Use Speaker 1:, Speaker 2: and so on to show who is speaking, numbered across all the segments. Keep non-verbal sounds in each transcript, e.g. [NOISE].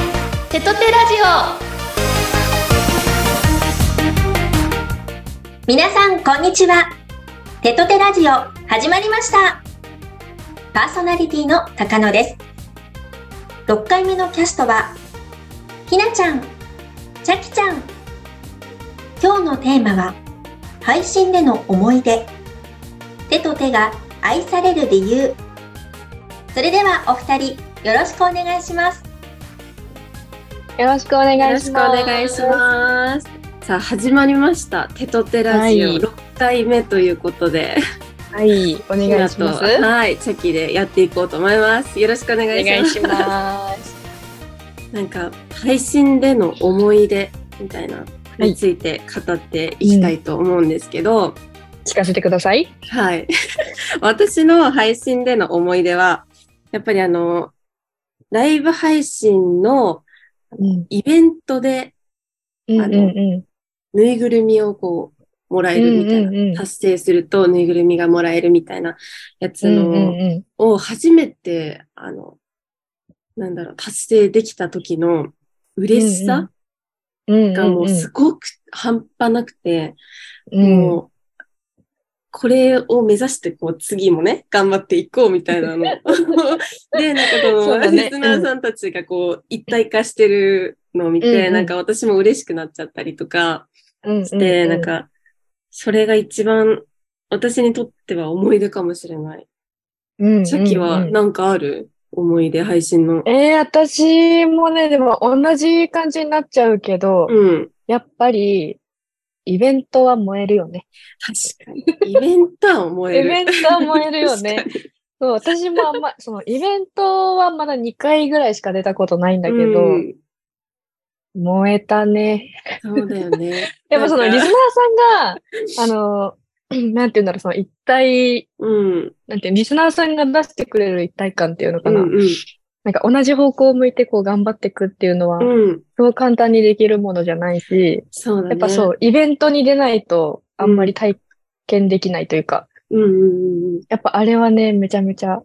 Speaker 1: トテラジオ皆さんこんにちはテトテラジオ始まりましたパーソナリティの高野です6回目のキャストはひなちゃんちゃきちゃん今日のテーマは配信での思い出手と手が愛される理由それではお二人よろしくお願いします
Speaker 2: よろしくお願いし
Speaker 3: よ
Speaker 2: ま
Speaker 3: ろ
Speaker 2: す。
Speaker 3: しくお願いします。さあ始まりました。テトテラジオ
Speaker 2: はい
Speaker 3: 6回目ということで、
Speaker 2: す。はい、お願いします。
Speaker 3: ひなとはい、チャキでやっていこうと思います。よろしくお願いします。
Speaker 2: ます。
Speaker 3: なんか配信での思い出みたいなについて語っていきたいと思うんですけど、
Speaker 2: 聞かせてください。
Speaker 3: はい。私の配信での思い出は、やっぱりあの、ライブ配信の
Speaker 2: うん、
Speaker 3: イベントで
Speaker 2: うん、
Speaker 3: あ
Speaker 2: う
Speaker 3: の
Speaker 2: ん、
Speaker 3: ぬいぐるみをこう、もらえるみたいな。
Speaker 2: うんうんうん
Speaker 3: 達成するとぬいぐるみがもらえるみたいなやつ
Speaker 2: うん、
Speaker 3: の、
Speaker 2: うん、
Speaker 3: を初めて、あの、なんだろう、達成できた時の嬉しさ
Speaker 2: うん、
Speaker 3: がもうすごく半端なくて、
Speaker 2: うん、
Speaker 3: もう、これを目指して、こう、次もね、頑張っていこうみた
Speaker 2: [LAUGHS]
Speaker 3: いなの。で、なんか
Speaker 2: そ
Speaker 3: こ
Speaker 2: う
Speaker 3: の、
Speaker 2: だね
Speaker 3: リスナーさんたちがこう、一体化してるのを見
Speaker 2: うん
Speaker 3: て、
Speaker 2: うん
Speaker 3: なんか私も嬉しくなっちゃったりとか、
Speaker 2: うん、
Speaker 3: して、なん、か、それが一番私にとっては思い出かもしれない。さっきはなんかある思い出配信の。
Speaker 2: えー、私もね、でも同じ感じになっちゃうけど、
Speaker 3: うん。
Speaker 2: やっぱり、イベントは燃えるよね。
Speaker 3: 確かに。イベントは思え
Speaker 2: イ
Speaker 3: る。
Speaker 2: ベントは燃えるよね
Speaker 3: 確。かに。
Speaker 2: そう、私もあんま、そのイベントはまだ2回ぐらいしか出たことないんだけど、
Speaker 3: うん
Speaker 2: 燃えたね。
Speaker 3: そうだよね。
Speaker 2: [LAUGHS] やっぱその
Speaker 3: な
Speaker 2: リ
Speaker 3: ん
Speaker 2: ス
Speaker 3: か
Speaker 2: ナーさんが、あの、 [CLEARS THROAT] なんて言うんだろう、その一体、
Speaker 3: うん。
Speaker 2: なんていう、リスナーさんが出してくれる一体感っていうの
Speaker 3: う
Speaker 2: かな。
Speaker 3: ん。うん
Speaker 2: なんか同じ方向を向いてこう頑張っていくっていうのは、
Speaker 3: うん。
Speaker 2: そう簡単にできるものじゃないし、
Speaker 3: そうだね。。
Speaker 2: やっぱそうう、イベントに出ないとあんまり体験できないというか、
Speaker 3: うんうんうん。
Speaker 2: やっぱあれはね、めちゃめちゃ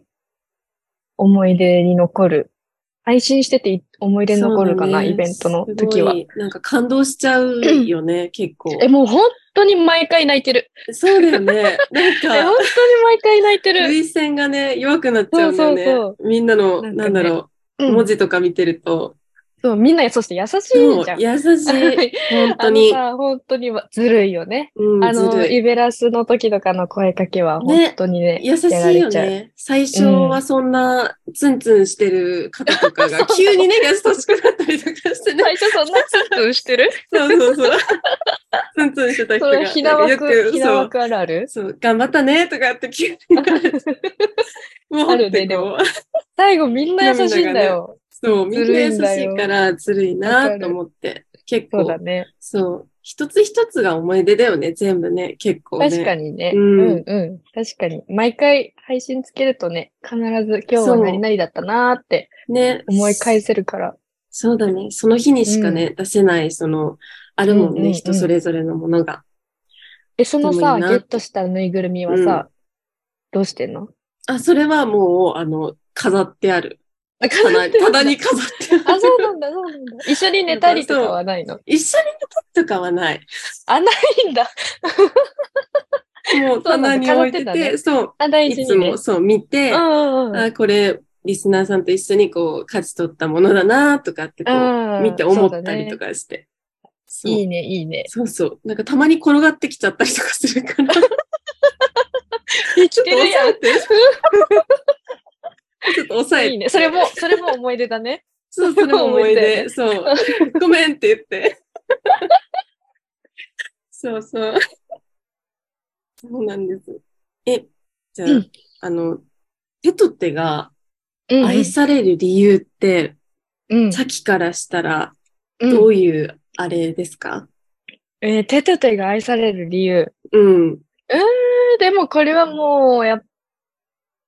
Speaker 2: 思い出に残る。配信してて思い出に残るかな、
Speaker 3: そうだね
Speaker 2: イベントの時は
Speaker 3: す。ごいなんか感動しちゃうよ
Speaker 2: [LAUGHS]
Speaker 3: ね、結構。
Speaker 2: え、もう本当に毎回泣いてる。
Speaker 3: そうだよね。なん
Speaker 2: え、本
Speaker 3: か
Speaker 2: 当、に毎回泣いてる。
Speaker 3: 涙腺がね、弱くなっちゃうんだよね。
Speaker 2: そうそう
Speaker 3: みんな
Speaker 2: な
Speaker 3: の、
Speaker 2: んかね
Speaker 3: なんだろう。
Speaker 2: うん
Speaker 3: 文字とか見てると、
Speaker 2: そう、みんな、そして優し
Speaker 3: も
Speaker 2: いじゃ。
Speaker 3: うん優しい。
Speaker 2: [LAUGHS]
Speaker 3: 本当に
Speaker 2: あ。のさ、本当にわずるいよね。
Speaker 3: うん、
Speaker 2: あ
Speaker 3: ず
Speaker 2: の、
Speaker 3: るい
Speaker 2: イベラスの時とかの声かけは
Speaker 3: ね
Speaker 2: 本当にね。
Speaker 3: 優し
Speaker 2: やら
Speaker 3: いよ
Speaker 2: れちゃう。
Speaker 3: ね。最初はそんなツンツンしてる方とかが急にね、優しくなったりとかしてね。
Speaker 2: 最初そんなツンツンしてる
Speaker 3: そうそうそう。ツンツンしてた人
Speaker 2: そ
Speaker 3: が。
Speaker 2: れ、ひな
Speaker 3: よ
Speaker 2: 枠、
Speaker 3: く
Speaker 2: ひな
Speaker 3: そう。
Speaker 2: 枠あるある
Speaker 3: そう、頑張ったねとかって急に言われて。
Speaker 2: [LAUGHS]
Speaker 3: もう
Speaker 2: ある
Speaker 3: って
Speaker 2: ねで
Speaker 3: こ
Speaker 2: も
Speaker 3: う。
Speaker 2: 最後みんな優しいんだよ。
Speaker 3: そう、みんな優しいからずるい
Speaker 2: わか
Speaker 3: な
Speaker 2: る
Speaker 3: と思って。結
Speaker 2: そう
Speaker 3: 構
Speaker 2: だ、ね。
Speaker 3: そう。一つ一つが思い出だよね、全部ね、結構ね。
Speaker 2: 確かにね。
Speaker 3: う
Speaker 2: うんんうん。確かに。毎回配信つけるとね、必ず今日
Speaker 3: そ
Speaker 2: は
Speaker 3: う
Speaker 2: 何々だったなーって
Speaker 3: ね。
Speaker 2: 思い返せるから。
Speaker 3: そうだね。その日にしかね、出せない、その、あるも
Speaker 2: う
Speaker 3: んね、
Speaker 2: んうんうん
Speaker 3: 人それぞれのものが。
Speaker 2: え、その
Speaker 3: でも
Speaker 2: さ、
Speaker 3: いいな
Speaker 2: ゲットしたぬいぐるみはさ、どうしてんの
Speaker 3: あ、それはもう、あの、飾ってある。
Speaker 2: あ、
Speaker 3: ただただに飾って
Speaker 2: [LAUGHS]
Speaker 3: あ
Speaker 2: あ、
Speaker 3: る。
Speaker 2: そうなんだ、そうなんだ。一緒に寝たりとかはないの
Speaker 3: 一緒に寝たとかはない。
Speaker 2: あ、ないんだ。
Speaker 3: もう
Speaker 2: そう
Speaker 3: 棚
Speaker 2: なんだ
Speaker 3: に置いて
Speaker 2: 飾ってんだ
Speaker 3: て、
Speaker 2: ね
Speaker 3: そう、
Speaker 2: あ、大事
Speaker 3: いつ
Speaker 2: にね
Speaker 3: も。そう見て、あ、
Speaker 2: うんうんうん。
Speaker 3: これ、リスナーさんと一緒にこう、勝ち取ったものだなとかってこう、
Speaker 2: うん
Speaker 3: 見て思ったりと。かして。
Speaker 2: そうだねいいね、いいね。
Speaker 3: そうそうそう。なんかたまに転がってきちゃったりとかする
Speaker 2: [LAUGHS]
Speaker 3: から。
Speaker 2: 生き
Speaker 3: てるやん [LAUGHS] ちょっと抑えて。
Speaker 2: いいね。それも、それも思い出だね。
Speaker 3: そう、それも思い出。そう。ごめんって言って。 [LAUGHS] そうそう。そうなんです。え、じゃあ、
Speaker 2: うん
Speaker 3: あの、手と手が
Speaker 2: うん
Speaker 3: 愛される理由って、
Speaker 2: うん。
Speaker 3: さっきからしたら、
Speaker 2: うん
Speaker 3: どういうあれですか
Speaker 2: えー、テトテが愛される理由。
Speaker 3: うん。
Speaker 2: えー、でもこれはもう、やっ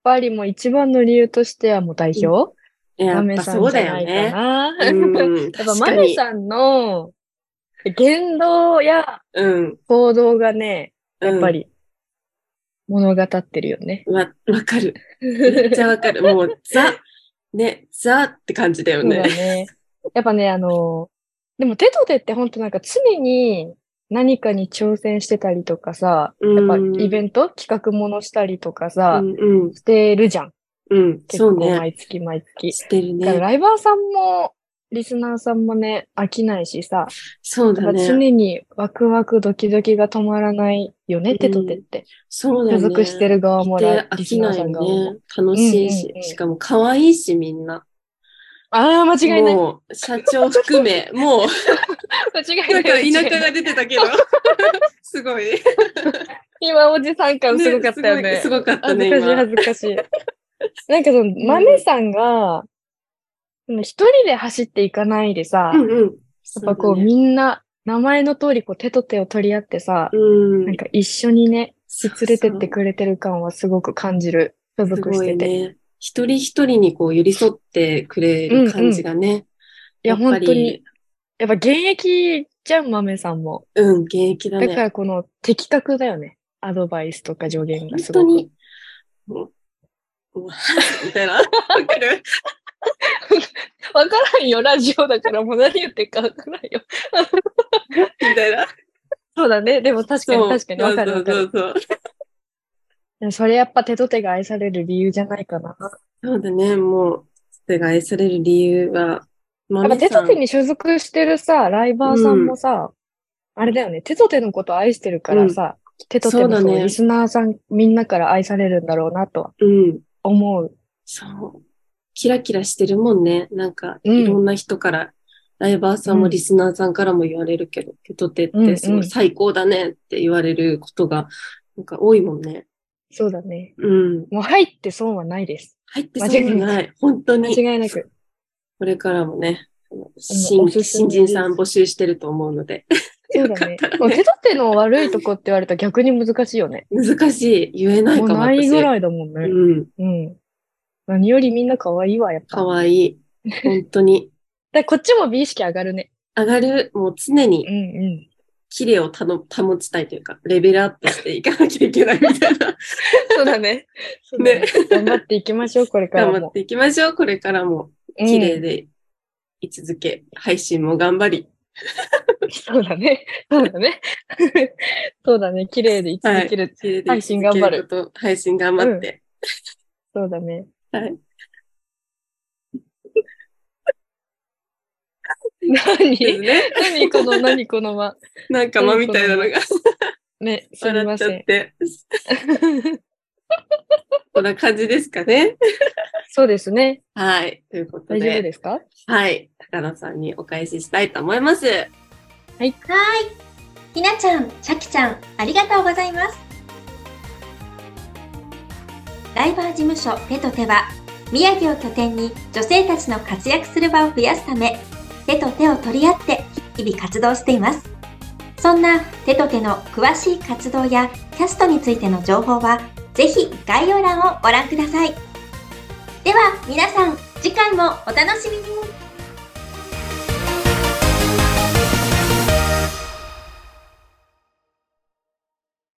Speaker 2: ぱりもう一番の理由としてはもう代表
Speaker 3: や
Speaker 2: マ
Speaker 3: っ
Speaker 2: メ
Speaker 3: ぱ
Speaker 2: さん
Speaker 3: そう
Speaker 2: じ
Speaker 3: だ
Speaker 2: ゃ
Speaker 3: よ
Speaker 2: ないかな。
Speaker 3: ね。う
Speaker 2: [LAUGHS]
Speaker 3: ん。
Speaker 2: やっぱ
Speaker 3: 確
Speaker 2: マ
Speaker 3: か
Speaker 2: メ
Speaker 3: に。
Speaker 2: さんの言動や
Speaker 3: うん。
Speaker 2: 行動がね、やっぱ
Speaker 3: り。
Speaker 2: り物語ってるよね。
Speaker 3: わ、わか [LAUGHS] る。めっちゃわかる。もう、ザ、ね、ザって感じだよ
Speaker 2: そうだ
Speaker 3: ね。
Speaker 2: ね。やっぱね、あの、でも手と手って本当なんか常に何かに挑戦してたりとかさ、やっぱイベント企画ものしたりとかさ、
Speaker 3: うんうん。
Speaker 2: してるじゃん。
Speaker 3: うん。
Speaker 2: 結
Speaker 3: そう
Speaker 2: 構
Speaker 3: ね。
Speaker 2: 毎月毎月。
Speaker 3: してる
Speaker 2: だから
Speaker 3: ね。
Speaker 2: ライバーさんも、リスナーさんもね、飽きないしさ、
Speaker 3: そうだね。
Speaker 2: 常にワクワクドキドキが止まらないよね、
Speaker 3: うん
Speaker 2: 手と手って。
Speaker 3: そうだ
Speaker 2: 所
Speaker 3: ね。
Speaker 2: 属してる側も
Speaker 3: いて
Speaker 2: ラ
Speaker 3: 飽
Speaker 2: リ
Speaker 3: き
Speaker 2: スナ
Speaker 3: な
Speaker 2: ー
Speaker 3: い
Speaker 2: さ
Speaker 3: よ
Speaker 2: ん側も。
Speaker 3: ね。楽しいし、
Speaker 2: うんうんうん
Speaker 3: しかも可愛いし、みんな。
Speaker 2: ああ、間違いない。
Speaker 3: もう、社長含め、もう、
Speaker 2: 間違い
Speaker 3: な
Speaker 2: なんい。
Speaker 3: か田
Speaker 2: 間違い
Speaker 3: 舎
Speaker 2: ない
Speaker 3: が出て
Speaker 2: [LAUGHS]
Speaker 3: たけど、すごい。
Speaker 2: 今おじさん感すごかったよね
Speaker 3: す。ごいすごかった
Speaker 2: 恥
Speaker 3: ね、
Speaker 2: ずかしい、
Speaker 3: 今。
Speaker 2: 恥ずかしい。 [LAUGHS] なんかその、マネさんが、その一人で走っていかないでさ、
Speaker 3: うんう
Speaker 2: や
Speaker 3: ん。
Speaker 2: っぱこう、みんな、名前の通りこう手と手を取り合ってさ、
Speaker 3: うん。
Speaker 2: なんか一緒にね、
Speaker 3: そうそう
Speaker 2: 連れてってくれてる感はすごく感じる。所
Speaker 3: す
Speaker 2: 属
Speaker 3: ご
Speaker 2: して
Speaker 3: い
Speaker 2: て。い
Speaker 3: ね。一人一人にこう寄り添ってくれる感じがね。
Speaker 2: や、
Speaker 3: っぱ
Speaker 2: 本
Speaker 3: り
Speaker 2: 当に。。やっぱ現役じゃん、豆さんも。
Speaker 3: うん、現役だ
Speaker 2: だか
Speaker 3: ね。
Speaker 2: らこの的確だよね。アドバイスとか助言が
Speaker 3: 本
Speaker 2: す
Speaker 3: 当
Speaker 2: ごく。
Speaker 3: に。もうもう [LAUGHS] みたいな。わかる
Speaker 2: わからんよ、ラジオだからもう何言ってるかわからんよ。
Speaker 3: みたいな。
Speaker 2: そうだね。でも確かに確かにわかるわか
Speaker 3: そ
Speaker 2: る。
Speaker 3: うそうそうそう
Speaker 2: でもそれやっぱ手と手が愛される理由じゃないかな。
Speaker 3: そうだね、もう、手が愛される理由は、
Speaker 2: やっぱ
Speaker 3: 豆
Speaker 2: 手
Speaker 3: さ
Speaker 2: と
Speaker 3: ん
Speaker 2: 手に所属してるさ、ライバーさんもさ、あれだよね、手と手のこと愛してるからさ、手と手も
Speaker 3: そう
Speaker 2: そ
Speaker 3: だ
Speaker 2: う、
Speaker 3: ね
Speaker 2: リスナーさんみんなから愛されるんだろうなとは
Speaker 3: うん。
Speaker 2: 思う。
Speaker 3: そう。キラキラしてるもんね。なんか、
Speaker 2: うん
Speaker 3: いろんな人から、ライバーさんもリスナーさんからも言われるけど、手と手っ
Speaker 2: うんう
Speaker 3: て
Speaker 2: ん
Speaker 3: すごい最高だねって言われることが、なんか多いもんね。
Speaker 2: そうだね。
Speaker 3: うん。
Speaker 2: もう入って損はないです。
Speaker 3: 入ってそうもない。本当
Speaker 2: 間
Speaker 3: に。
Speaker 2: 違いなく。
Speaker 3: これからもね、新
Speaker 2: おすす
Speaker 3: 新
Speaker 2: め
Speaker 3: 人さん募集してると思うので。
Speaker 2: そうだね。もう手と手の悪いとこって言われたら逆に難しいよね。
Speaker 3: 難しい。言え [LAUGHS] ない
Speaker 2: もう
Speaker 3: かも。
Speaker 2: ないぐ
Speaker 3: い。
Speaker 2: らいだもんね。
Speaker 3: うん。
Speaker 2: うん。何よりみんな可愛いわ、やっぱ。
Speaker 3: かわいい。本当に。
Speaker 2: だからこっちも美意識上がるね。
Speaker 3: 上がる、もう常
Speaker 2: う
Speaker 3: に
Speaker 2: んうん。
Speaker 3: 綺麗をたの保ちたいというか、レベルアップしていかなきゃいけないみたいな。 [LAUGHS]
Speaker 2: そうだね。
Speaker 3: ね。
Speaker 2: 頑張っていきましょう、これからも。
Speaker 3: 頑張っていきましょう。これからも
Speaker 2: うん
Speaker 3: 綺麗でい続け、配信も頑張り。
Speaker 2: そうだね。そうだね。 [LAUGHS] そうだね。綺麗でいつできる。
Speaker 3: 綺麗で
Speaker 2: 配信頑張る
Speaker 3: い続けこと。配信頑張って。
Speaker 2: そうだね。
Speaker 3: はい。です
Speaker 2: 何 [LAUGHS]
Speaker 3: ね。
Speaker 2: 何この、何このま。
Speaker 3: なんか間みたいなのが
Speaker 2: ね、すみ
Speaker 3: 笑
Speaker 2: ま
Speaker 3: っちゃ
Speaker 2: せ
Speaker 3: っ
Speaker 2: ん。 [LAUGHS]
Speaker 3: て。こんな感じですかね。
Speaker 2: そうですね。
Speaker 3: はい。ということ
Speaker 2: 大丈夫
Speaker 3: で、
Speaker 2: ですか
Speaker 3: はい。高野さんにお返ししたいと思います。
Speaker 1: ひなちゃん、さきちゃん、ありがとうございます。ライバー事務所手と手は、宮城を拠点に女性たちの活躍する場を増やすため、手と手を取り合って日々活動しています。そんな手と手の詳しい活動やキャストについての情報は、ぜひ概要欄をご覧ください。では皆さん、次回もお楽しみに